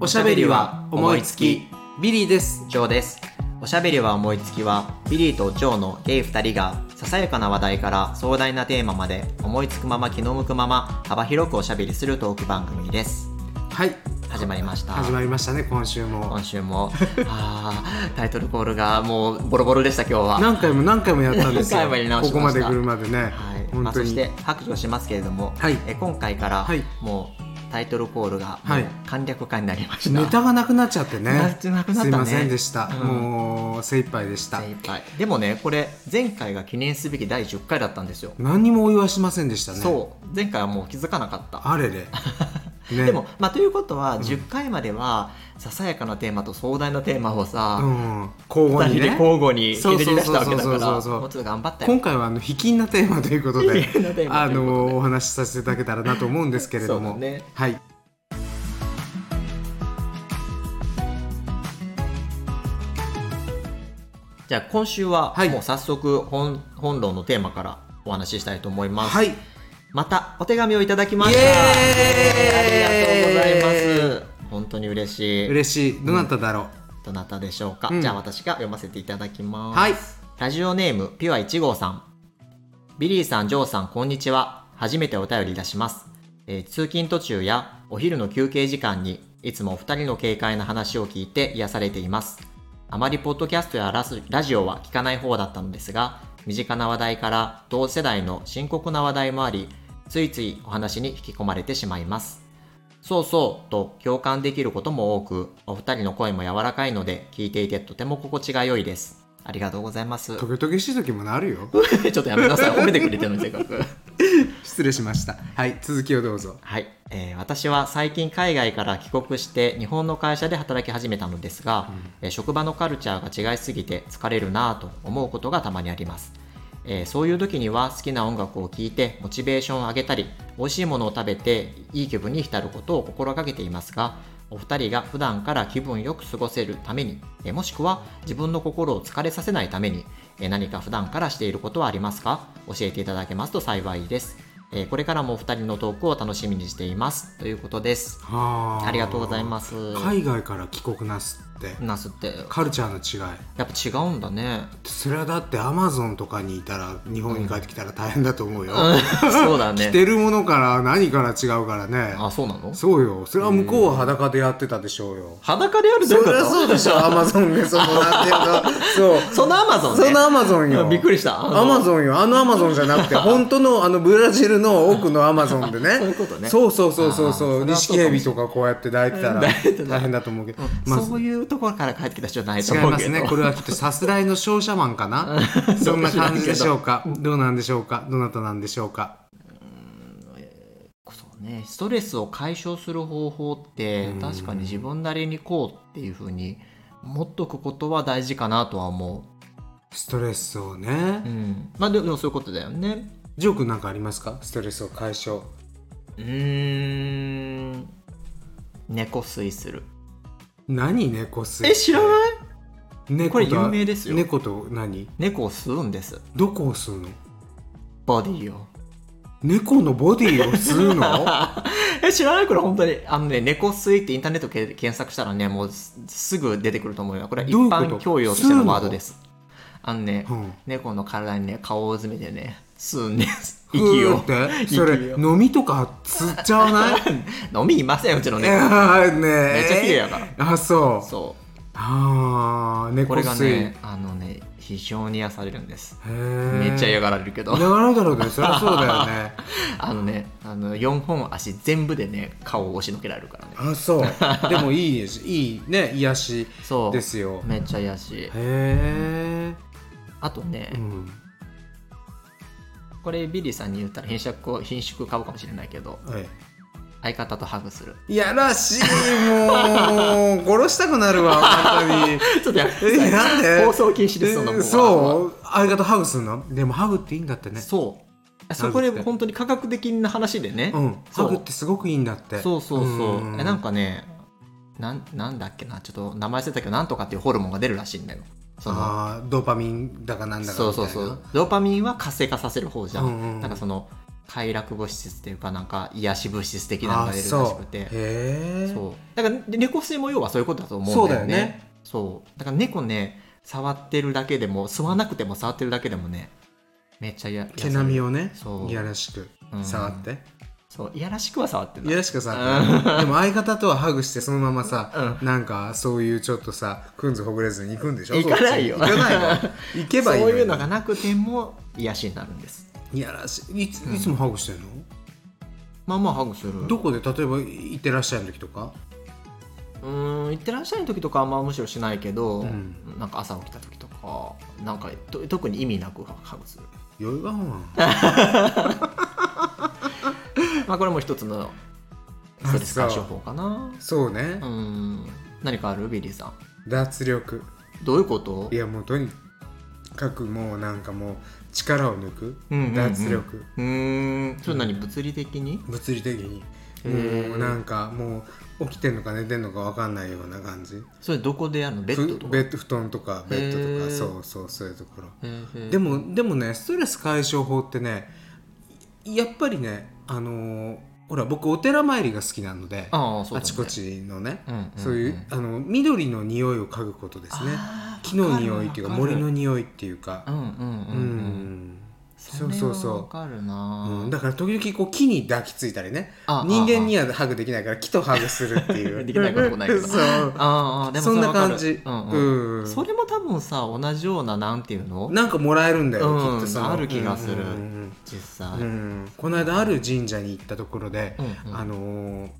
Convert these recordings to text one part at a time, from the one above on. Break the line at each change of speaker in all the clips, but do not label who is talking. おしゃべりは思いつきビリーです
ジョーです。おしゃべりは思いつきは、ビリーとジョーのゲイ2人が、ささやかな話題から壮大なテーマまで、思いつくまま気の向くまま、幅広くおしゃべりするトーク番組です。
はい
始まりました。
始まりましたね今週も
今週も、あータイトルコールがもうボロボロでした、今日は。
何回も何回もやったんですよ
何回もやり直
こ
し
こ
ま
ま
した
で来るまでね、
はいま
本
あ、
当
そ
に
して、白状しますけれども、
はい
え今回から
はい、
もうタイトルコールが、
はい
もう簡略化になりました。
ネタがなくなっちゃってね
なくなったね
すいませんでした、
うん
もう精一杯でした
精一杯でもねこれ前回が記念すべき第10回だったんですよ、
何にもお祝いしませんでしたね
そう前回はもう気づかなかった、
あ れれね
でも、まあ、ということは、10回まではささやかなテーマと壮大なテーマを
う
さ、
ん、交
二
互に
人で
ね
交互に
そう
ひ
そう
ね
そうそう
り出したわけだか
そ
ら
うそうそう
もうちょっと頑張ったよ
今回はあの卑近なテーマということで
卑近なテーマ
あ
ということで
のお話しさせていただけたらなと思うんですけれども、
そうだね
はい
じゃあ今週は、
はい
もう早速本本論のテーマからお話ししたいと思います、
はい
またお手紙をいただきました
イエーイ
ありがとうございます本当に嬉しい
嬉しいどなただろう、
どなたでしょうか、
うん
じゃあ私が読ませていただきます、
はい
ラジオネームピュア1号さんビリーさんジョーさんこんにちは初めてお便りいたします、えー通勤途中やお昼の休憩時間にいつもお二人の軽快な話を聞いて癒されていますあまりポッドキャストやラスラジオは聞かない方だったのですが身近な話題から同世代の深刻な話題もありついついお話に引き込まれてしまいますそうそうと共感できることも多く、お二人の声も柔らかいので、聞いていてとても心地が良いです。ありがとうございます。
トゲトゲしい時もなるよ
ちょっとやめなさい。褒めてくれてるの、せっかく。
失礼しましたはい続きをどうぞ
はい、えー私は最近海外から帰国して日本の会社で働き始めたのですが、えー職場のカルチャーが違いすぎて疲れるなぁと思うことがたまにあります、えーそういう時には好きな音楽を聴いてモチベーションを上げたり美味しいものを食べていい気分に浸ることを心がけていますがお二人が普段から気分よく過ごせるために、えーもしくは自分の心を疲れさせないために、えー何か普段からしていることはありますか教えていただけますと幸いですえーこれからもお二人のトークを楽しみにしていますということです。
あ
ありがとうございます。
海外から帰国なすって
ナスって
カルチャーの違い
やっぱ違うんだね。
それはだってアマゾンとかにいたら日本に帰ってきたら大変だと思うよ、
そうだ
着
ね。
てるものから何から違うからね
あ、そうなの？
そうよそれは向こうは裸でやってたでしょうよ、
裸であるって
そ
こ
りゃ
と？
そうでしょアマゾンでそのなんていうのそう
そのアマゾンね。
そのアマゾンよ
びっくりしたあの
アマゾンよあのアマゾンじゃな くて本当のあのブラジルの奥のアマゾンでね
そういうことね
そうそうそうそう
あー
そう
それはそ
錦
うかも
蛇とかこうやって抱いてたら
抱いてたら
大変だと思うけど、まあ
そういうところから帰ってきた人じゃないと
違い
思う
ま
け
す
ど。
ねこれはきっとさすらいの商社マンか なそんな感じでしょうかどうなんでしょうかどなたなんでしょうか
そうね。ストレスを解消する方法って
うん
確かに自分なりにこうっていうふうに持っとくことは大事かなとは思
ストレスをね
う。うん。まあでもそういうことだよね。
ジョー君なんかありますかストレスを解消
うーん。猫吸いする。
何猫吸い
え知らない
猫
これ
と
有名ですよ
猫と何
猫を吸うんです
どこを吸うの
ボディを
猫のボディを吸うの
え知らないこれ本当にあのね猫吸いってインターネットで検索したらねもうすすぐ出てくると思うよこれは一
どういうこと
般教養として
吸う
の
の
ワードですあのね、
うん
猫の体にね顔を詰めてね吸うんです息
ふ
を
ーってそれ
息を
飲みとか吸っちゃわ ない
飲みいませんうちの
い
猫
やーね
めっちゃ綺麗やから
あそう
そ
あー
う
猫
これが
吸い、
ねあのね非常に癒されるんです
へー
めっちゃ嫌がられるけど
嫌がられたろうねそり ゃそうだよね
あのねあの4本足全部でね顔を押しのけられるからね
あ そうでもいいですいいね癒し
そう
ですよ
めっちゃ癒やしい
へえ、
あとね、
うん、
これビリーさんに言ったら品色を品種買うかもしれないけど
はい
相方とハグする
いやらしいもう殺したくなるわ 本当に
ちょっとやめて
えなんで
放送禁止ですそんなもん
え
は
そう相方ハグすんのでもハグっていいんだってね
そうあそこで
ハグって
本当に科学的な話でね、
うん
そ
ハグ
う
ってすごくいいんだって
そうそうそう
うん
えなんかねなんなんだっけなちょっと名前忘れたけどなんとかっていうホルモンが出るらしいんだよその
あードーパミンだかなんだかみたいな
そうそうそうドーパミンは活性化させる方じゃん,、
うんうんうん
なんかその快楽物質というかなんか癒し物質的なの
あ
が出るらし
そ
く
う
て
へえ
そうだから猫吸いも要はそういうことだと思うんだ
そ
よね
うだよね
そうだから猫ね触ってるだけでも吸わなくても触ってるだけでもねめっちゃや
毛並み
を
をね
そう
いやらしく
うん
触って
そういやらしくは触ってない
いやらしく触 ってでも相方とはハグしてそのままさ
う
なんかそういうちょっとさくんずほぐれずに行くんでしょ
行かないよ
そっちに行か ないよ行けばいい
そういう
に
のがなくても癒しになるんです
いやらしいいついつもハグしてるの
まあまあハグする
どこで例えば行ってらっしゃる時とか
うーん行ってらっしゃる時とかはあんまむしろしないけど、
うん
なんか朝起きた時とかなんかと特に意味なくハグする
余裕がある
まあこれも一つのストレス解消法かな
そうね
うーん何かあるビリーさ
脱力
んどういうこと
いやもうとにかくもうなんかもう力を抜く、
うんうんうん
脱力
うーんそれ何物理的に
物理的に
へー
もうなんかもう起きてんのか寝てんのか分かんないような感じ
それどこでやるのベッドと
ふ
か
ベッド布団とかベッドと
へ
か
ー
そうそうそういうところ、
へーへー
でもでもねストレス解消法ってねやっぱりねあのーほら僕お寺参りが好きなのであ,、
ああそうだね
ちこちのね、
うんうんうん
そういうあの緑の匂いを嗅ぐことですね
あー
木の匂いっていうか
わる
森の匂いっていうか
うんうんうん
う
うん、
んそう
れは
そう
わ
そ
かるな
う、うん、だから時々こう木に抱きついたりね
あ
人間にはハグできないから木とハグするっていう
できないこともないけ ど
そう
ああでも
そん
れ
な
わかる
感じ
うんうん
うん
それも多分さ同じようななんていうの
なんかもらえるんだよ、
う
き
ん
っとその
ある気がする
うん
実
う
際、
んうんこの間ある神社に行ったところで、
うんうん
あのー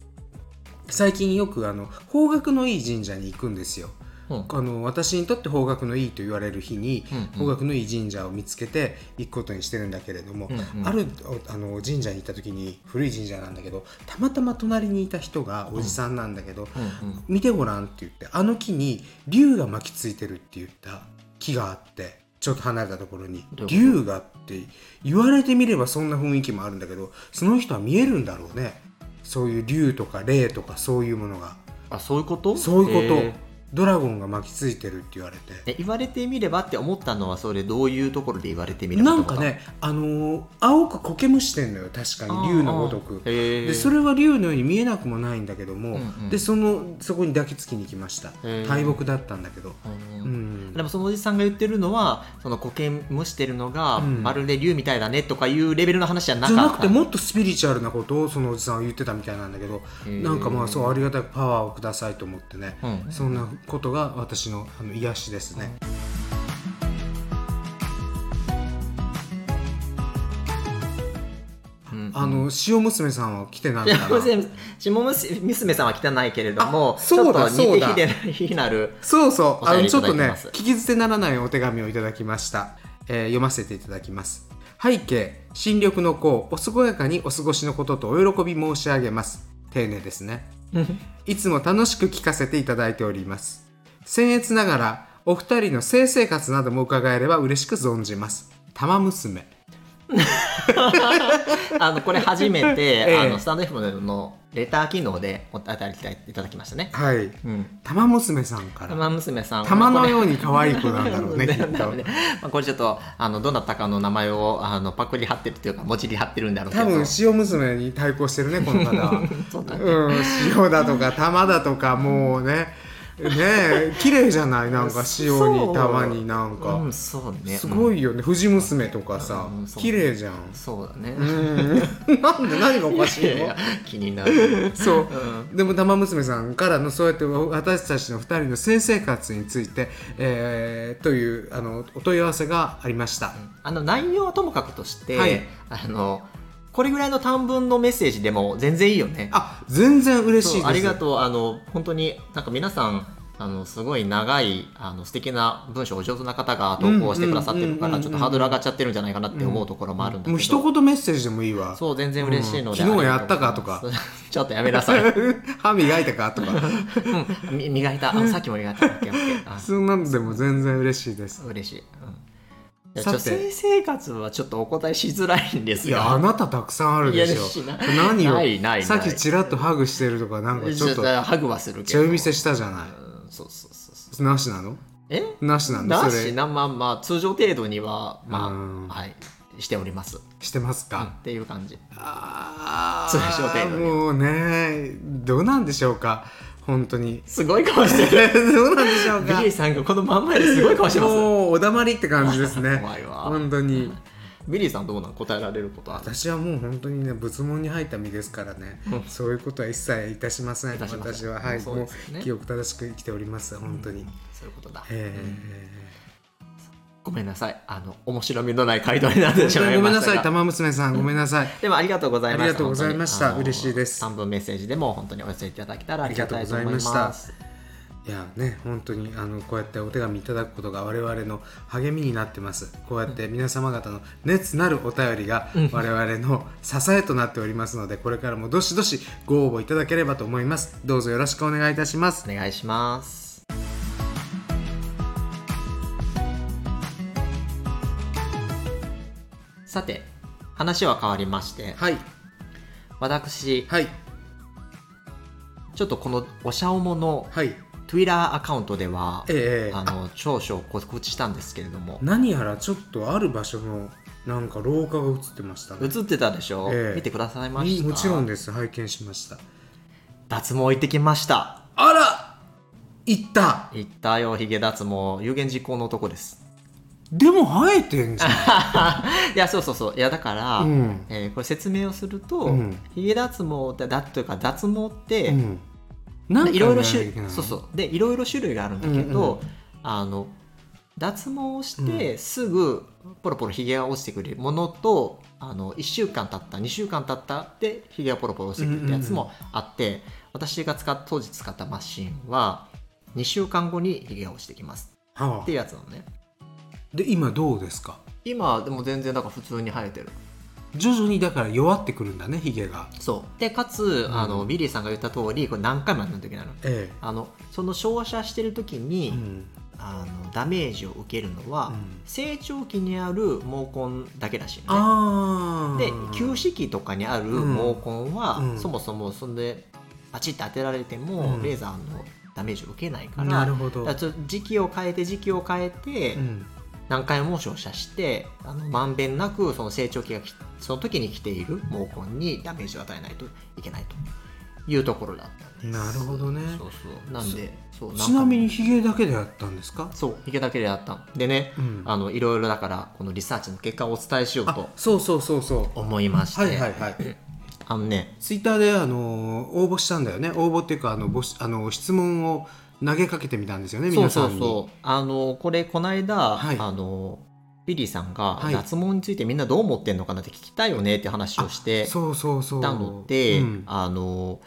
最近よくあの方角のいい神社に行くんですよ
うん
あの私にとって方角のいいと言われる日に、
うんう
方
ん
角のいい神社を見つけて行くことにしてるんだけれども、
うんうん
あるおあの神社に行った時に古い神社なんだけどたまたま隣にいた人がおじさんなんだけど、
うんうん
見てごらんって言ってあの木に竜が巻きついてるって言った木があってちょっと離れたところに
どういう
竜がって言われてみればそんな雰囲気もあるんだけどその人は見えるんだろうねそういう竜とか霊とかそういうものが
あそういうこと
そういうこと、
えー
ドラゴンが巻きついてるって言われて。
え言われてみればって思ったのはそれどういうところで言われてみれば
なんかね、あのー青く苔むしてんのよ確かに竜のごとくで
で
それは竜のように見えなくもないんだけども、
うんうん
でそのそこに抱きつきに行きました
へー
大木だったんだけど、うん
でもそのおじさんが言ってるのはその苔蒸してるのが、
うん
まるで竜みたいだねとかいうレベルの話じゃなか
じ
っ
ゃ
た
なくてもっとスピリチュアルなことをそのおじさんは言ってたみたいなんだけど
へー
なんかまあそうありがたくパワーをくださいと思ってね、
うん
そんなことが私のあの癒しですね、
うん
あの塩娘さんは来てないんだな
下娘さんは汚いけれども
あそうだ
ち
そ
ょっ
う
と似
だ
て非なる
そうそう、あの
お便りい
ちょ
た
っ
だ
とね
いてます、
聞き捨てならないお手紙をいただきました。えー読ませていただきます。背景、新緑の子、お健やかにお過ごしのこととお喜び申し上げます。丁寧ですね。いつも楽しく聞かせていただいております。僭越ながら、お二人の性生活なども伺えれば嬉しく存じます。玉娘。
あのこれ初め て、
ええ
あのスタンド F のレター機能でお便りいただきましたね。
はい。
うん、
玉娘さんから。
玉娘さん
玉のよ
う
うに可愛い子なんだろう ね、きっと。
まあ、これちょっとあのどなたかの名前をあのパクリ貼ってるというか文字に貼ってるんだろうけど
多分塩娘に対抗してるねこの方は
そうだね
ん、塩だとか玉だとかもうねねえ綺麗じゃないなんか塩
そう
に玉になんか、
うん、そうね
すご
い、
いよね藤娘とかさ、
うんそう
綺麗 じゃん
そうだね、
うんなん で何がおかしい
いやい
の
や気になる
そう、
う
でも玉娘さんからのそうやって私たちの2人の性生活について、えーというあのお問い合わせがありました、
あの内容はともかくとして、
はい
あのこれぐらいの短文のメッセージでも全然いいよね
あ全然嬉しい
そ
で
う
す
ありがとうあの本当になんか皆さんあのすごい長いあの素敵な文章お上手な方が投稿してくださってるか
うんうんうんうんう
ら
ん
ちょっとハードル上がっちゃってるんじゃないかなって思うところもあるんだけど、
もう一言メッセージでもいいわ
そう全然嬉しいので、
うん昨日やったかとか
ありがうございます ちょっとやめなさ い、
歯磨いたかとか
うん、み磨いたあのさっきも磨いたオッケーオッケーあ
そんなのでも全然嬉しいです
嬉しい、うん、
さて
いや女性生活はちょっとお答えしづらいんです
い
が
やあなたたくさんあるでしょ
いや
何よ
ないないない
さっきちらっとハグしてるとかなんかちょっと
ハグはするけ
茶
ど
見せしたじゃな
うんそうそうそうそう
いなしなの
え
なしなの
だ
そ
し
れ
なまあまあ通常程度にはまあ、
うん
はいしております、
してます
うんっ
か、
ていう感じ
あ
通常程
あ
度に
もうねどうなんでしょうか本当 に
す ごい顔してる
どうなんでしょう
ビ
か
リーさんがこのまんまですごい顔してます
もうお黙りって感じですね
怖いわ
本当に
ビリーさんどうなの答えられることは
私はもう本当にね仏門に入った身ですからね、
うん
そういうことは一切いたしません
いたしません
私ははい
もうそう
も
で
う
すよね
記憶正しく生きております本当に、
そういうことだ、
え
ごめんなさいあの面白みのない回答になってし
ー
まい
ごめ
ま
ん
し
な
た
さい
が
玉娘さんごめんなさい、
でもありがとうございました
ありがとうございました
本当に
嬉しいです
あの短文メッセージでも本当にお寄せいただけたらありがたいと思います
ありがとうございまいやね本当にあのこうやってお手紙いただくことが我々の励みになってますこうやって皆様方の熱なるお便りが我々の支えとなっておりますのでこれからもどしどしご応募いただければと思いますどうぞよろしくお願いいたします
お願いしますさて話は変わりまして
はい
私
はい
ちょっとこのおしゃおもの
はい
Twitter アカウントでは
ええ
あの長所を告知したんですけれども
何やらちょっとある場所のなんか廊下が映ってました
映
ね
ってたでしょ、
ええ
見てくださいました
もちろんです拝見しました
脱毛行ってきました
あら行った
行ったよヒゲ脱毛有言実行のとこです
でも生えてんじゃん
いやそうそうそういやだから、
うん
えーこれ説明をすると、
うん
ヒゲ脱毛ってだというか脱毛って、
うんなんか
いろいろ
やらなきゃ
種
けない
そうそうでいろいろ種類があるんだけど、
うんうん
あの脱毛をしてすぐポロポロヒゲが落ちてくるものとあの1週間経った2週間経ったでヒゲがポロポロ落ちてくるってやつもあって、私が使っ当時使ったマシンは2週間後にヒゲが落ちてきます
はあ
っていうやつなのね
で今どうですか
今でも全然だから普通に生えてる
徐々にだから弱ってくるんだねヒゲが
そうでかつ、
うん
あのビリーさんが言った通りこれ何回もやらないといけないの
え
あのその照射してる時に、
えうん
あのダメージを受けるのは、
うん
成長期にある毛根だけらしいのね
ああ
で休止期とかにある毛根は、
うん
そもそもそんでパチッと当てられても、
うん
レーザーのダメージを受けないから
なるほど
だからちょっと時期を変えて時期を変えて、
うん
何回も照射してあのまんべんなくその成長期がきその時に来ている毛根にダメージを与えないといけないというところだったんです
なるほどね
そうそうなんでそう
ちなみ
ん
に
か
ヒゲだけでやったんですか
そうヒゲだけでやったんでね、
うん
あのいろいろだからこのリサーチの結果をお伝えしようと
あそうそうそうそう
思いまして、
はいはいはい
あのね
ツイッターであの応募したんだよね応募っていうかあの募集あの質問を投げかけてみたんですよね
そ
皆
う
さ
そ
ん
う
に
そうあのこれこの間、
はい
あのビリーさんが
はい
脱毛についてみんなどう思ってんのかなって聞きたいよねって話をして、
そうそうそう
ったので、
うん
あの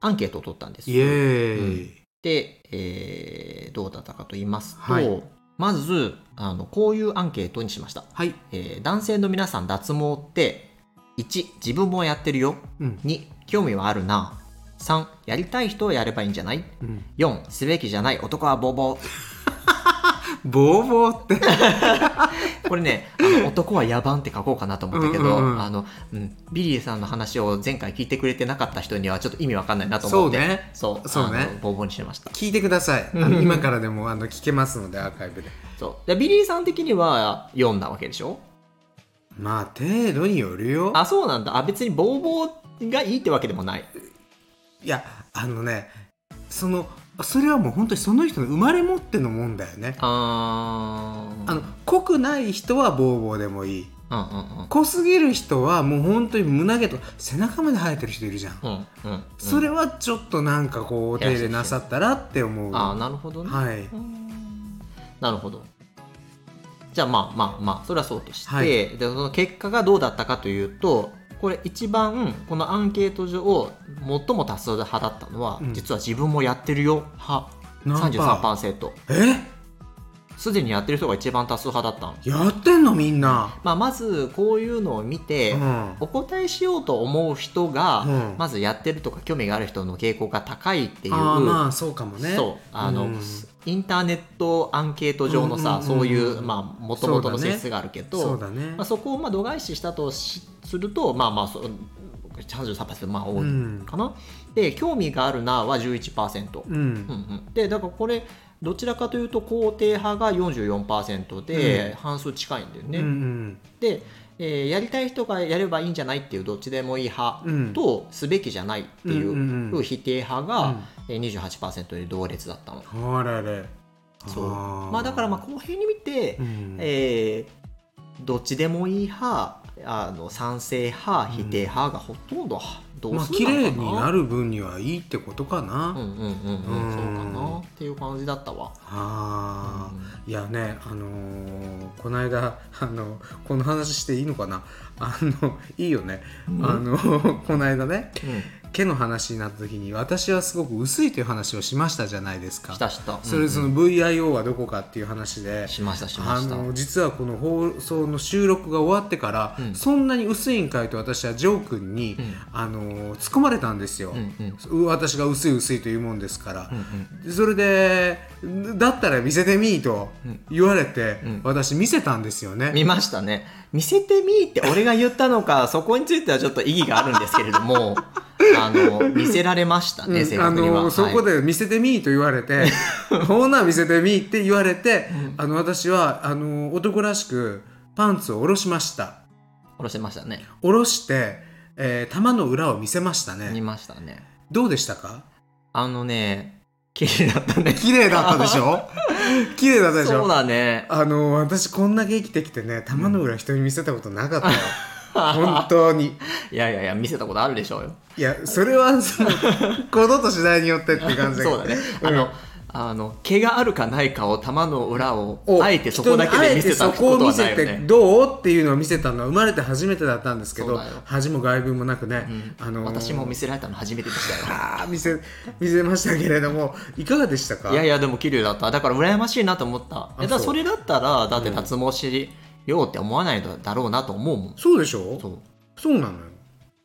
アンケートを取ったんです
イエーイ、
で、えーどうだったかと言いますと、
はい
まずあのこういうアンケートにしました、
はい、
えー男性の皆さん脱毛って1自分もやってるよ
うん
2興味はあるな3やりたい人はやればいいんじゃない
うん、
4すべきじゃない男はボーボー
ボーボーって
これね、あの男は野蛮って書こうかなと思ったけど、
うんうんうん
あの、うん、ビリーさんの話を前回聞いてくれてなかった人にはちょっと意味わかんないなと思って、
そうね
そう、
そうね
あのボーボーにしました。
聞いてくださいあの今からでもあの聞けますのでアーカイブで
そう、でビリーさん的には4なわけでしょ。
まあ程度によるよ
あ、そうなんだ。あ、別にボーボーがいいってわけでもない。
いやあのねそのそれはもう本当にその人の生まれ持ってのもんだよね
あー
あの濃くない人はボーボーでもいい
うんうんうん
濃すぎる人はもう本当に胸毛と背中まで生えてる人いるじゃん、
うんうんうん。
それはちょっとなんかこうお手入れなさったらって思う
あーなるほどね。
はいう
ーんなるほど。じゃあまあまあまあそれはそうとして、
はい
でその結果がどうだったかというとこれ一番このアンケート上最も多数派だったのは、
うん
実は自分もやってるよ派
何パ
33%
え
すでにやってる人が一番多数派だったの、
やってんのみんな、
まあ、まずこういうのを見て、
うん
お答えしようと思う人が、
うん
まずやってるとか興味がある人の傾向が高いっていう
ああまあそうかもね
そうあの、
うん
インターネットアンケート上のさ、
うんうんうん
そういうまあもともとの性質があるけど
そ
そう
だね
まあ、そこをまあ度外視したとしするとまあまあそう33%まあ多い
うん
かな、で興味があるなは11%、
う
うん
ん
うん、でだからこれどちらかというと肯定派が44%で、半数近いんだよね、
うんうん
で、えーやりたい人がやればいいんじゃないっていうどっちでもいい派
うん
とすべきじゃないってい
うんうんう
うん否定派がえー28%で同列だったの。
あられ
そうまあ、だからまあ公平に見て
う、ん
えーどっちでもいい派あの賛成派否定派がほとんど同
まあ
数
綺
なの
麗
かな、
になる分にはいいってことかな、
うんうんうんうんそうか
うん
なっていう感じだったわ。
あ
うん
あいやねあのーこの間あのこの話していいのかなあのいいよね、
うん
あのこの間ね
うん、
毛の話になった時に私はすごく薄いという話をしましたじゃないですか
したした。
それその VIO はどこかっていう話で、
しましたしま
あ
した。
の実はこの放送の収録が終わってから、
うん
そんなに薄いんかいと私はジョー君に、
うん
あのー突っ込まれたんですよ、
うんうん
う私が薄い薄いというもんですから
う、ん
それでだったら見せてみーと
うん
言われて、
うん
私見せたんですよ
うん
ね、
見ましたね。見せてみーって俺が言ったのか、そこについてはちょっと意義があるんですけれど も、あの、見せられました
う
ね、
ん
正
あ
確には。
の
はい
そこで見せてみーと言われ て「ほ、な見せてみー」って言われて、あの私はあの男らしくパンツを下ろしました
下ろしてましたね。
下ろして、えー玉の裏を見せました
見
ね
ましたね。
どうでしたか
あのね、綺麗だったね。
綺麗だったでし ょ綺麗だったでし
そう
ょ
だね。
あの私こんだけ生きてきてね玉の裏人に見せたことなかったよ、 本当に。
いやいやいや、見せたことあるでしょうよ。
いやそれはそ の行動と次第によってって感じ
そうだね。あの、あの、毛があるかないかを玉の裏を、
を
あえてそこだけで見せ
人にあえてそこ
たこ
を
と
見
はな
せ
いよ
て
ね。
どうっていうのを見せたのは生まれて初めてだったんですけ
そ
ど
うだよ
恥も外聞もなくね、
うん
あのー
私も見せられたの初めてでしたよ。
あー見せ見せましたけれどもいかがでしたか
いやいやでも綺麗だっただから羨ましいなと思ったえだか
そ
ら
う
それだったらだって脱毛しようって思わないだろうなと思うもん、
そうでしょ
そう
そうなのよ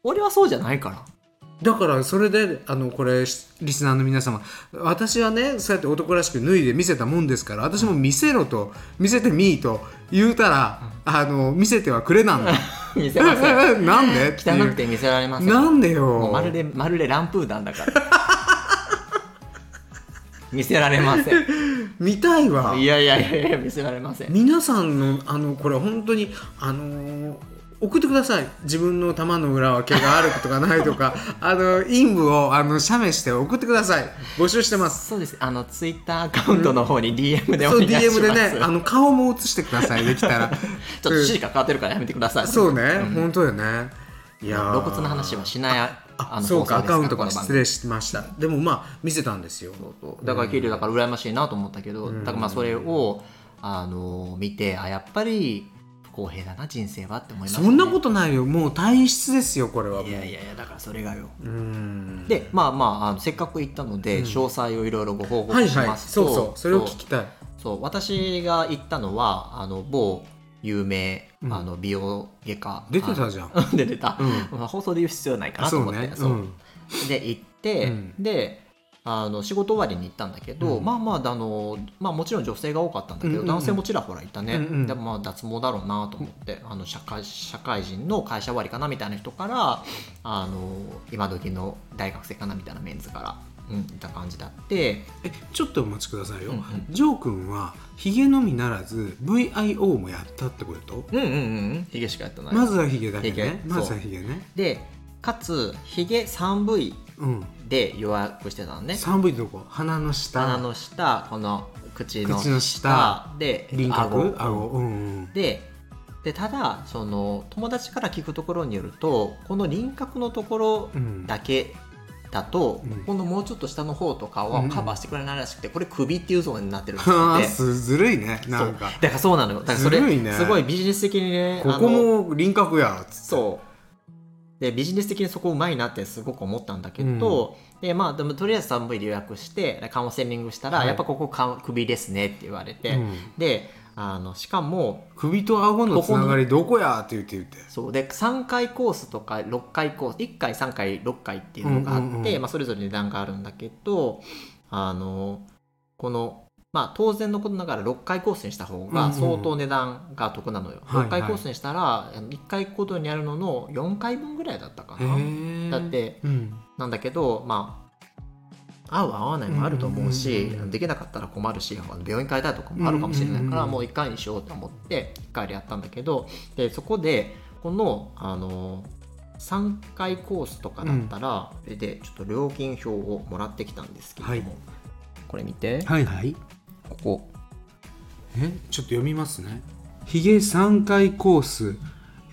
俺はそうじゃないから
だからそれであのこれしリスナーの皆様私はねそうやって男らしく脱いで見せたもんですから私も見せろと見せてみーと言うたら、あの見せてはくれなんだ
見せません
なんでっていう
汚くて見せられません
なんでよ
もうまるでまるでランプーダンだから 見せられません
見たいわ
いやいやいやいや見せられません
皆さんのあのこれ本当にあのー送ってください自分の玉の裏は毛があるとかないとか あの陰部をあの写メして送ってください募集してます
そうですあのツイッターアカウントの方に DM でお
そう
願いします
DM でねあの顔も写してくださいでき たら
ちょっと指示が変わってるからやめてください
そうね、本当よねいやー
露骨な話はしないあ
あ
の
そうかア
放送です
カウントが
この番組
失礼しましたでもまあ見せたんですよ
そうそうだから桐生だから羨ましいなと思ったけど、だからまあそれを、あの見てあやっぱり不公平だな人生はって思いました、
そ
ね、
んなことないよもう体質ですよこれはもう
いやいやいやだからそれがよ
うん
でまあまああのせっかく行ったので、詳細をいろいろご報
は
告
い
し
はい
ますと、
そうそうそれを聞きたい
そう私が行ったのはあの某有名あの美容外科、
出てたじゃん
あ 出てた、
う
まあ放送で言う必要ないかなと
そう
思っ
ね
て
う
そうんで行って、
うん
であの仕事終わりに行ったんだけど、
うん
まあまああの、まあ、もちろん女性が多かったんだけ
う
ど、
んうんうん
男性もちらほらいたね、
うんうん
でもまあ脱毛だろうなと思ってあの社会社会人の会社終わりかなみたいな人からあの今時の大学生かなみたいなメンズから、うん、いた感じだって
えちょっとお待ちくださいよ、
うんうん
ジョー君はヒゲのみならず VIO もやったってこと
うんうんうんヒゲしかやってない
まずはヒゲだけ
ヒゲ
ねまずはヒゲね
でかつヒゲ 3V
うん
で予約してたのね
3V どこ鼻の下
鼻の下この口の下
口の下
で
輪
顎
郭顎うん
ででただその友達から聞くところによるとこの輪郭のところ
うん
だけだと、
うん
このもうちょっと下の方とか
う
は
んうん
カバーしてくれないらしくてこれ首っていうゾーンになってるんです
あ
っ
あ
て。
すずるいねなんか
そうだからそうなのよだからそれ
ずるいね
すごいビジネス的にね
こ
あ
こ
の
も輪郭やつって
そうでビジネス的にそこうまいなってすごく思ったんだけど、でまあ、でもとりあえず 3V で予約してカウンセリングしたら、
はい
やっぱここか首ですねって言われて、
うん
であのしかも
首と顎のつながりどこやって言って言って
そうで3回コースとか6回コース1回3回6回っていうのがあって、
うんうんうん
まあ、それぞれ値段があるんだけどあのこの、まあ、当然のことながら6回コースにした方
うんう
が
ん
相当値段が得なのよ、
はいはい
6回コースにしたら、あの1回ごとにやるのの4回分ぐらいだったかな、
へえ
だって
うん
なんだけどまあ合う合わないもあると思うし、
うんうんうんうん
できなかったら困るし病院変えたいとかもあるかもしれないから、
うんうんうん
もう1回にしようと思って1回でやったんだけどでそこでこのあの3回コースとかだったら、これでちょっと料金表をもらってきたんですけれども、
はい
これ見て、
はいはい
ここ
えちょっと読みますねヒゲ3回コース、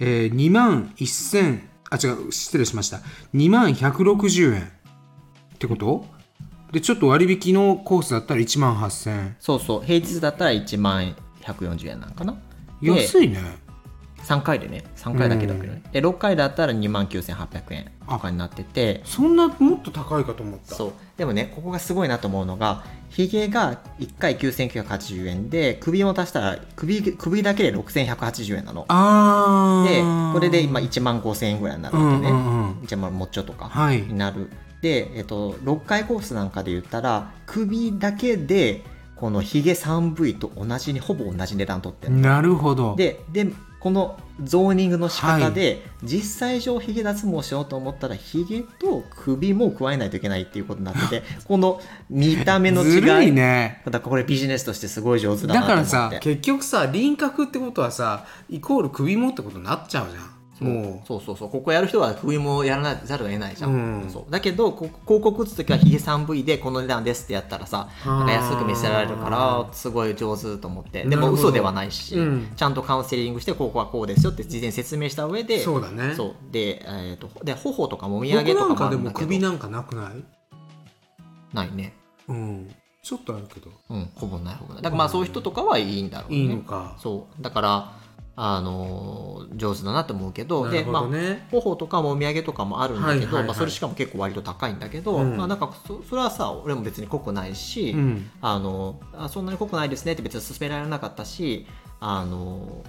えー、2万1000あ違う失礼しました2万160円ってことでちょっと割引のコースだったら1万8000円
そうそう平日だったら1万140円なんかなで
安いね
3回でね3回だけだけどね、で6回だったら2万9800円とかになってて
そんなもっと高いかと思った
そうでもねここがすごいなと思うのがヒゲが1回9980円で首も足したら首首だけで6180円なの
あ
で
ー
これで今1万5000円ぐらいになる
う
わ
ん
け
う
ね、
んうん
じゃあまあもっちょとか
はい
になる、で、えっと、6回コースなんかで言ったら首だけでこのヒゲ 3V と同じにほぼ同じ値段取ってる
なるほど
ででこのゾーニングの仕方で、実際上ヒゲ脱毛しようと思ったらヒゲと首も加えないといけないっていうことになって てこの見た目の違い
ずるいね
だからこれビジネスとしてすごい上手だ
だ
なと
か
思
ら
って
さ結局さ輪郭ってことはさイコール首もってことになっちゃうじゃんも
そうそうそうここやる人は首もやらなざるを得ないじゃん、
うん
そうだけどこ広告打つ時はヒゲ 3V でこの値段ですってやったらさ
あー
なんか安く見せられるからすごい上手と思って
な
で
る
も
ほど
嘘ではないし、
うん
ちゃんとカウンセリングしてここはこうですよって事前に説明した上
う
で
そうだね
そうで、えー、とで頬とかもみ上げ
僕
と
な
か
んか
もあ
で
るん
も
だけど
首なんかなくない
ないね
うんちょっとあるけど
うんほぼないほぼないだからまあそういう人とかはいいんだろうね
いいのか
そうだからあのー上手だなと思うけど
な
で
るほ
まあ
どね
頬とかもみあげとかもあるんだけど、
はいはいはい
まあ、それしかも結構割と高いんだけど、
うん
まあ、なんかそそれはさ俺も別に濃くないし、
うん
あのあそんなに濃くないですねって別に勧められなかったしあの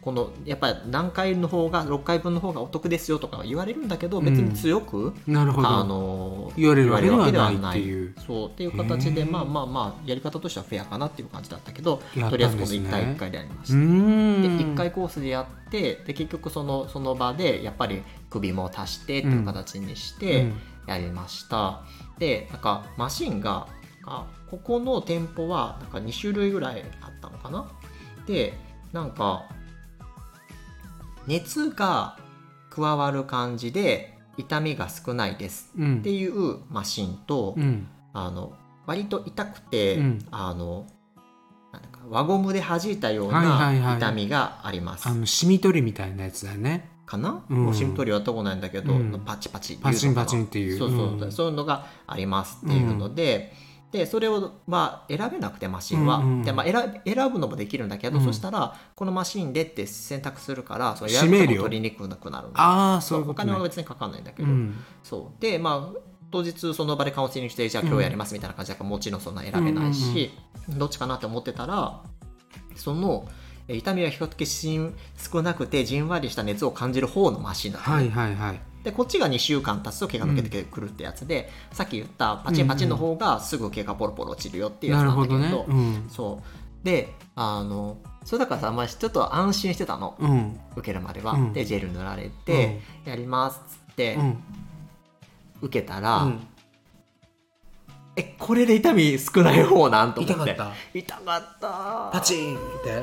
このやっぱり何回の方が6回分の方がお得ですよとか言われるんだけど別に強く、
なるほ
あ
ど
の
言われるわけでは
言わ
な
れ
い
る
っ
わ
て
けでは
いう
そうっていう形で
へー
まあまあまあやり方としてはフェアかなっていう感じだったけど
やったんですね
とりあえずこの1回1回でやりまし
う
た。で
ー
1
ん
回コースでやってで結局そのその場でやっぱり首も足してっていう形にしてやりました、でなんかマシンがあここの店舗はなんか2種類ぐらいあったのかなでなんか熱が加わる感じで痛みが少ないです
うんうん
っていうマシンと、
うん
あの割と痛くて、
うん
あのなんだか輪ゴムで弾いたよう
はいはいは
ない痛みがあります、
あのシミ取りみたいなやつだね
かな、
うん
もうシントリーはとこないんだけど、
うん
パチパチ
パチンパチンって
い
いうう
のかなそうそう、
ん
そういうのがありますっていうので、でそれをまあ選べなくてマシンは、
うんうん
でまあ、選選ぶのもできるんだけど、
うん
そしたらこのマシンでって選択するからその予
指名
約
料
とか取りにくくなるの
ああ
そ
そう
う
いうこ
お
と
金
ね
は別にかかんないんだけ
う
ど、
ん
そうでまあ当日その場でカウンセリングしてじゃあ今日やりますみたいな感じだからもちろんそんな選べないし、どっちかなって思ってたらそのえ痛みは比較的しん少なくてじんわりした熱を感じる方のマシンだったの
はいはいはい
でこっちが2週間経つと毛が抜けてくるってやつで、さっき言ったパチンパチンの方がすぐ毛がポロポロ落ちるよっていうやつ
なる
なんだ
ほ
けど
どねうん
そうであのそれだからさ、まあ、ちょっと安心してたの
うん
受けるまでは、
うん
でジェル塗られて、やりますっつって、
うん
受けたら、
うん
えこれで痛み少ない方なんと思
痛
って
かった
痛かった
パチンって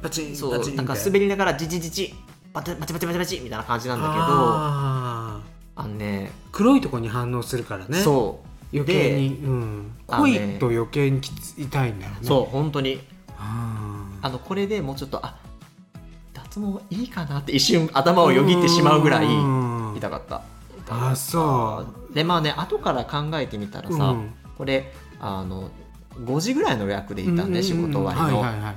パチンパチン
そ
って
うなんか滑りながらジジジジバチバチバチバチバチみたいな感じなんだけどあ
あ
のね
ー黒いとこに反応するからね
そう
余計に、うん、
あの
濃
ね
いと余計にきつ痛いんだよね
そう本当に
あ
あのこれでもうちょっとあ脱毛いいかなって一瞬頭をよぎってしまうぐらい
うん
痛かった
あそ
でまあね後から考えてみたら
う
さ、
うん
これあの5時ぐらいの予約で行ったんで、仕事終わりの、
はいはいはい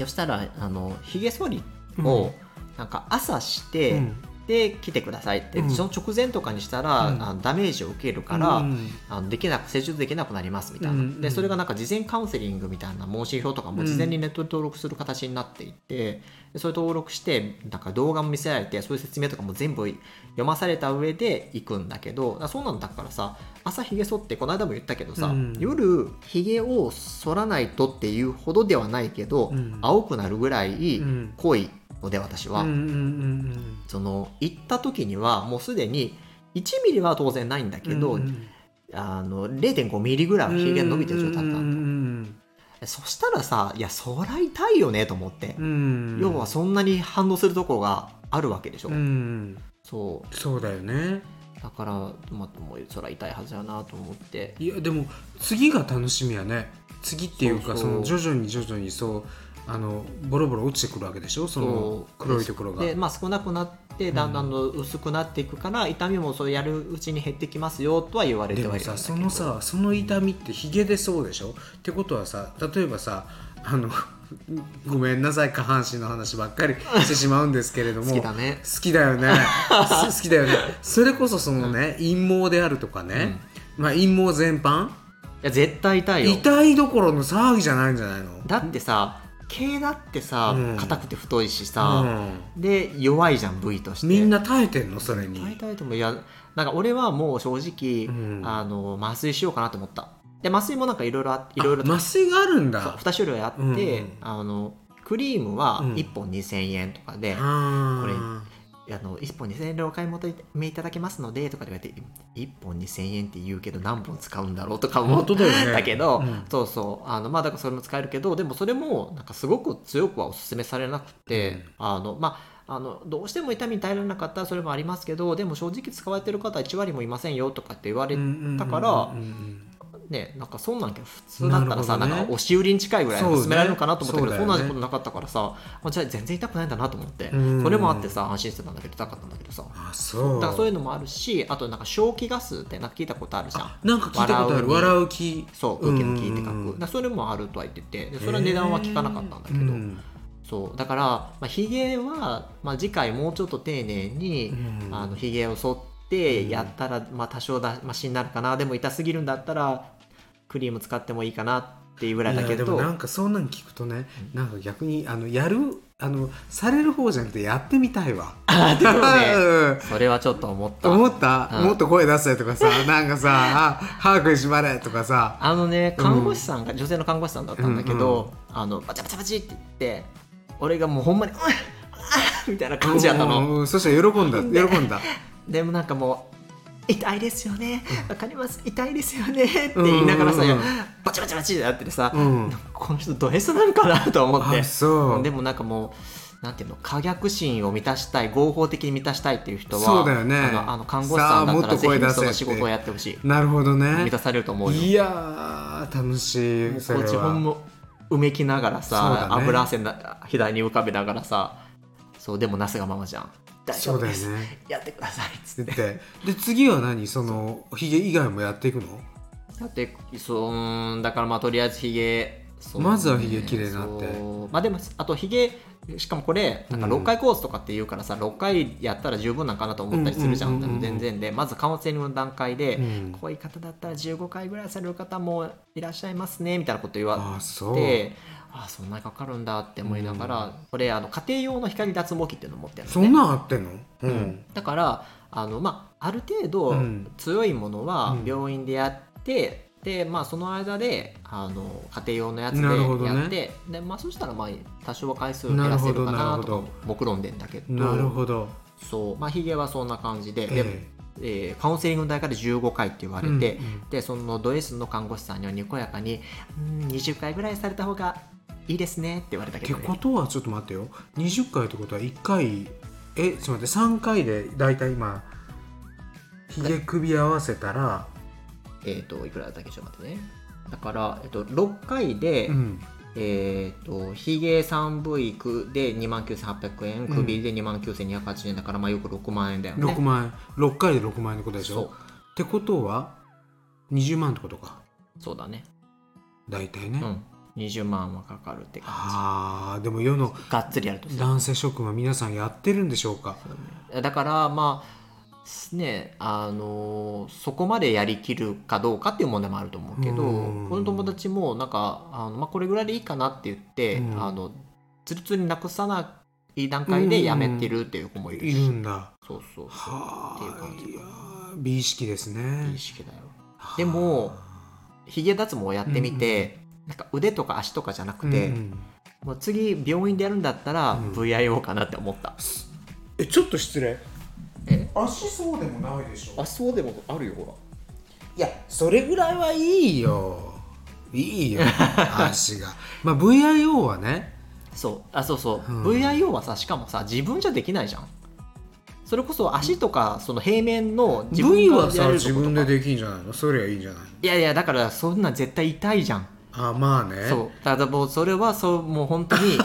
そしたらあのひげ剃り
うん
をなんか朝して、
うん
で来てくださいって、
うん
その直前とかにしたら、
うん
あのダメージを受けるから、
うん
あのできなく施術できなくなりますみたいな、
うん
でそれがなんか事前カウンセリングみたいな申し表とかも事前にネットで登録する形になっていて、でそれ登録してなんか動画も見せられてそういう説明とかも全部読まされた上で行くんだけどだからそうなんだからさ朝ひげ剃ってこの間も言ったけどさ、
うん
夜ひげを剃らないとっていうほどではないけど、
うん
青くなるぐらい
うん
濃いので私は。
うんうんうん
その行った時にはもうすでに1ミリは当然ないんだけ
うん
ど、
うんうん
あの0.5ミリぐらいはヒゲが伸びてる状態だったの
うんうん
そしたらさいやそら痛いよねと思って
う、んうん
要はそんなに反応するとこがあるわけでしょ、
うん
そ
そうだよね
うだからまあもうそら痛いはずやなと思って
いやでも次が楽しみやね次っていうか
そう
そ
そう
の徐々に徐々にそうあのボロボロ落ちてくるわけでしょそ
そう
の黒いところが
で、まあ、少なくなってだんだんと薄くなっていくから、痛みもそうやるうちに減ってきますよとは言われて
で
は
も
いるんだ
さ
けど
そのさその痛みってヒゲでそうでしょってことはさ例えばさあの ごめんなさい下半身の話ばっ かりしてしまうんですけれども
好きだね
好きだよね す好きだよねそれこそそのね、陰謀であるとかね、まあ陰謀全般
いや絶対痛いよ
痛いどころの騒ぎじゃないんじゃないの
だってさ毛だってさ
うん
硬くて太いしさ、で弱いじゃん部位とし
う
て
ん、みんな耐えてんのそれに、
大体ともいやなんか俺はもう正直、
うん
あの麻酔しようかなと思ったで麻酔もなんかいろいろあいろいろ
あ麻酔があるん
そう
だ
2種類あって、
うんうん
あのクリームは
うん
1本2000円とかで、
あ
あの1本2000円でお買い求めいただけますのでとかで言われて1本2000円って言うけど何本使うんだろうとか思っ
本当だよね
だけど、
うん
そうそうあのまあだからそれも使えるけどでもそれもなんかすごく強くはおすすめされなくて、
うん
あのまああのどうしても痛みに耐えられなかったらそれもありますけどでも正直使われてる方は1割もいませんよとかって言われ
ー
て、
うん
だから
うんうん
ねなんかそんなんけど普通だったらさ
な
な,、
るほどね
んか押し売りに近いぐらい
そうね
勧められるのかなと思ったけどそ,、
そうだよね
んなことなかったからさあじゃあ全然痛くないんだなと思って
うん
それもあってさ安心してたんだけど痛かったんだけどさ
あそう
だからそういうのもあるしあとなんか消気ガスってなんか聞いたことあるじゃん
あなんか聞いたことある
笑
笑う気
そうウキウキって書くだか
だ
らそれもあるとは言っててでそれは値段は聞かなかったんだけど、そうだから、まあ、ヒゲは、まあ、次回もうちょっと丁寧に、
うん
あのヒゲを剃ってやったら、まあ、多少だマシになるかなでも痛すぎるんだったらクリーム使ってもいいかなっていうぐらいだけ
でも
ど
なんかそんなん聞くとねなんか逆にあのやるあのされる方じゃなくてやってみたいわ
あ でも ね
うん
それはちょっと思 った
思った、
うん
もっと声出せとかさなん かさあ「歯食いしばれ」とかさ
あのね看護師さんが、女性の看護師さんだったんだけ
う
ど、あのバチャバチャバチって言って俺がもうほんまに「うんあーみたいな感じやったの。
うんそしたら喜んだ喜んだ
でもなんかもう痛いですよねわかります痛いですよねって言いながらさ、
うんうんうん
バチバチバチってなっててさ、
うん
この人ド S なんかなと思って
あそう
でもなんかもうなんていうの可逆心を満たしたい合法的に満たしたいっていう人は
そうだよね
あのあの看護師さんだっ
さあも
たら
っと
ぜ
声
ひ
出せ
その仕
っ
事
て
をやってほしい
なるほどね
満たされると思うよ
いやー楽し
も
いうそ
こ
れ
っちほん
は
もうめきながら
そ
さ
う、だね
油汗な左に浮かべながらさそうでもなすがままじゃん大丈
そう
夫
だ
で
よ
す、
ね
やってくださいっつって
でで次は何そのひげ以外もやっていくの
だってそううんだからまあとりあえずひげそう
まずはヒゲ綺麗になって
そうまあでもあとひげしかもこれなんか
うん
6回コースとかって言うからさ、6回やったら十分なんかなと思ったりするじゃん,、
うんうんうんうん
全然でまずカウンセリングの段階で、
うん
こういう方だったら15回ぐらいされる方もいらっしゃいますねみたいなこと言わ
あそう
れてああそんなにかかるんだって思いながら、これあの家庭用の光脱毛器っていうの持ってるの
そんなんあってんのう
うんだからあの、まあ、ある程度
うん
強いものは
うん
病院でやって、でまあ、その間であの家庭用のやつで
な
や
るほどね
って、でまあ、そしたら、まあ、多少は回数を減らせるか
な
な
るほどなるほど
とか目論んでんだけど
なるほど、
そうまあ、ヒゲはそんな感じで,で、
え
えーカウンセリングの段階で15回って言わ
え
れて、
うんうん
でそのド S の看護師さんにはにこやかに「うん20回ぐらいされた方がいいですね」って言われた
っ
け
て
どね、
ことはちょっと待ってよ20回ってことは1回えちょっと待って3回でだいたい今ひげ首合わせたら、
えっ、といくらだったっけちょっと待ってねだから、えっと、6回で、
うん、
えー、とヒゲ 3V くで2万9800円首で2万9280円だから、まあよく6万円だよね
6万円6回で6万円のことでし
そ
ょ
う
ってことは20万ってことか
そうだね
大体ね、
うん20万はかかるって感
あーでも世の
じがっつりやるとする
男性諸君は皆さんやってるんでしょうか
だからまあすねあのーそこまでやりきるかどうかっていう問題もあると思うけど
うん
この友達もなんかあの、まあ、これぐらいでいいかなって言って、
うん
あのつるつるになくさない段階でやめてるっていう子もいる
い
し、
るんだ
そうそうそう
は
っていう感じ
あいやー美意識ですね
いい識だよでもヒゲ脱毛をやってみて、なんか腕とか足とかじゃなくて、
うんうん
もう次病院でやるんだったら
うん
VIO かなって思った、
えちょっと失礼
え
足そうでもないでし
あそうでもあるよほ
いやそれぐらいはいいよいいよ足がまあ VIO はね
らそうあそうそう、
うん
VIO はさしかもさ自分じゃできないじゃんそれこそ足とかその平面の
部位は
でや
さ
れると
自
こと
分
か
でできんじゃないのそりゃいいんじゃない
いやいやだからそんなん絶対痛いじゃん
あまあね
そうただもうそれはそうもう本当 に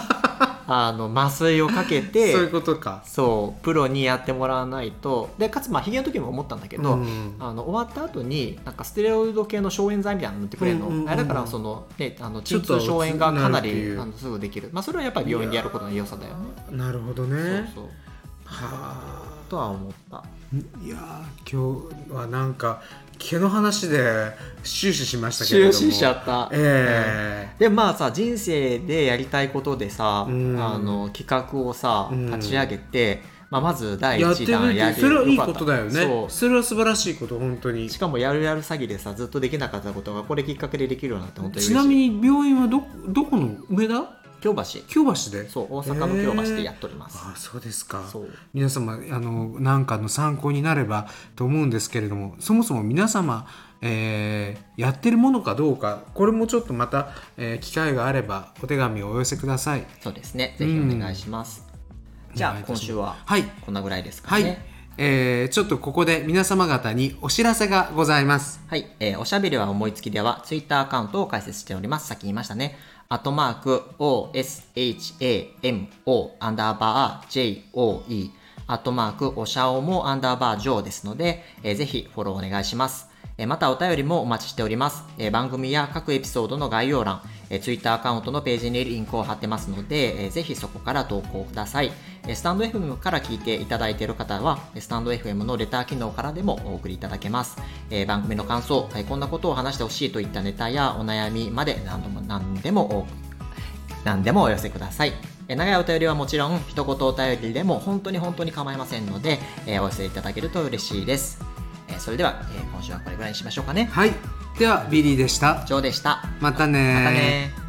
あの麻酔をかけて
そういうことか
そうプロにやってもらわないとでかつまあひげの時も思ったんだけ
う
ど、
ん
あの終わった後になんかステロイド系の消炎剤みたいなの塗ってくれるの、
うんうんうん
あれだからその、ね、あの
ちょ
鎮
っと
痛消炎がかな
うつになるってい
り
う
あのすぐできる、まあ、それはやっぱり病院でやることの良さだよね
なるほど
そ
ね
うそう
は
とは思った
あいやー今日はなんか毛の話で終始しましたけれど
終
も
始しちゃった
え
でまあさ人生でやりたいことでさ、
うん
あの企画をさ
うん
立ち上げて、まあ、まず
え
第
やって
1
る
弾や
っ
る
てそれはいいことだよ
かった
ね
そ
そうれは素晴らしいこと本当に
しかもやるやる詐欺でさずっとできなかったことがこれきっかけでできるようになって本当に嬉しい
ちなみに病院はどどこの梅田
京橋
京橋で
そう大阪の京橋でやっております、
ああそうですか
そう
皆様あのなんかの参考になればと思うんですけれどもそもそも皆様、えーやってるものかどうかこれもちょっとまた、えー機会があればお手紙をお寄せください
そうですねぜひお願いします、じゃあ今週は
はい
こんなぐらいですか
はい、
ね
えーちょっとここで皆様方にお知らせがございます
はい、えーおしゃべりは思いつきでは、ツイッターアカウントを開設しております。さっき言いましたね。アットマーク、OSHAMO、アンダーバー、JOE、アットマーク、おしゃおも、アンダーバー、ジョーですので、えーぜひフォローお願いします。えーまたお便りもお待ちしております。えー番組や各エピソードの概要欄、えー、Twitter アカウントのページにリンクを貼ってますので、えーぜひそこから投稿ください。えースタンド FM から聞いていただいている方は、えースタンド FM のレター機能からでもお送りいただけます。えー番組の感想、えーこんなことを話してほしいといったネタやお悩みまで何度も何でもお何でもお寄せください。えー長いお便りはもちろん、一言お便りでも本当に本当に構いませんので、えーお寄せいただけると嬉しいです。えーそれでは、えー今週はこれぐらいにしましょうかね。
はいではビリーでした
以上でした。
またねー
またねー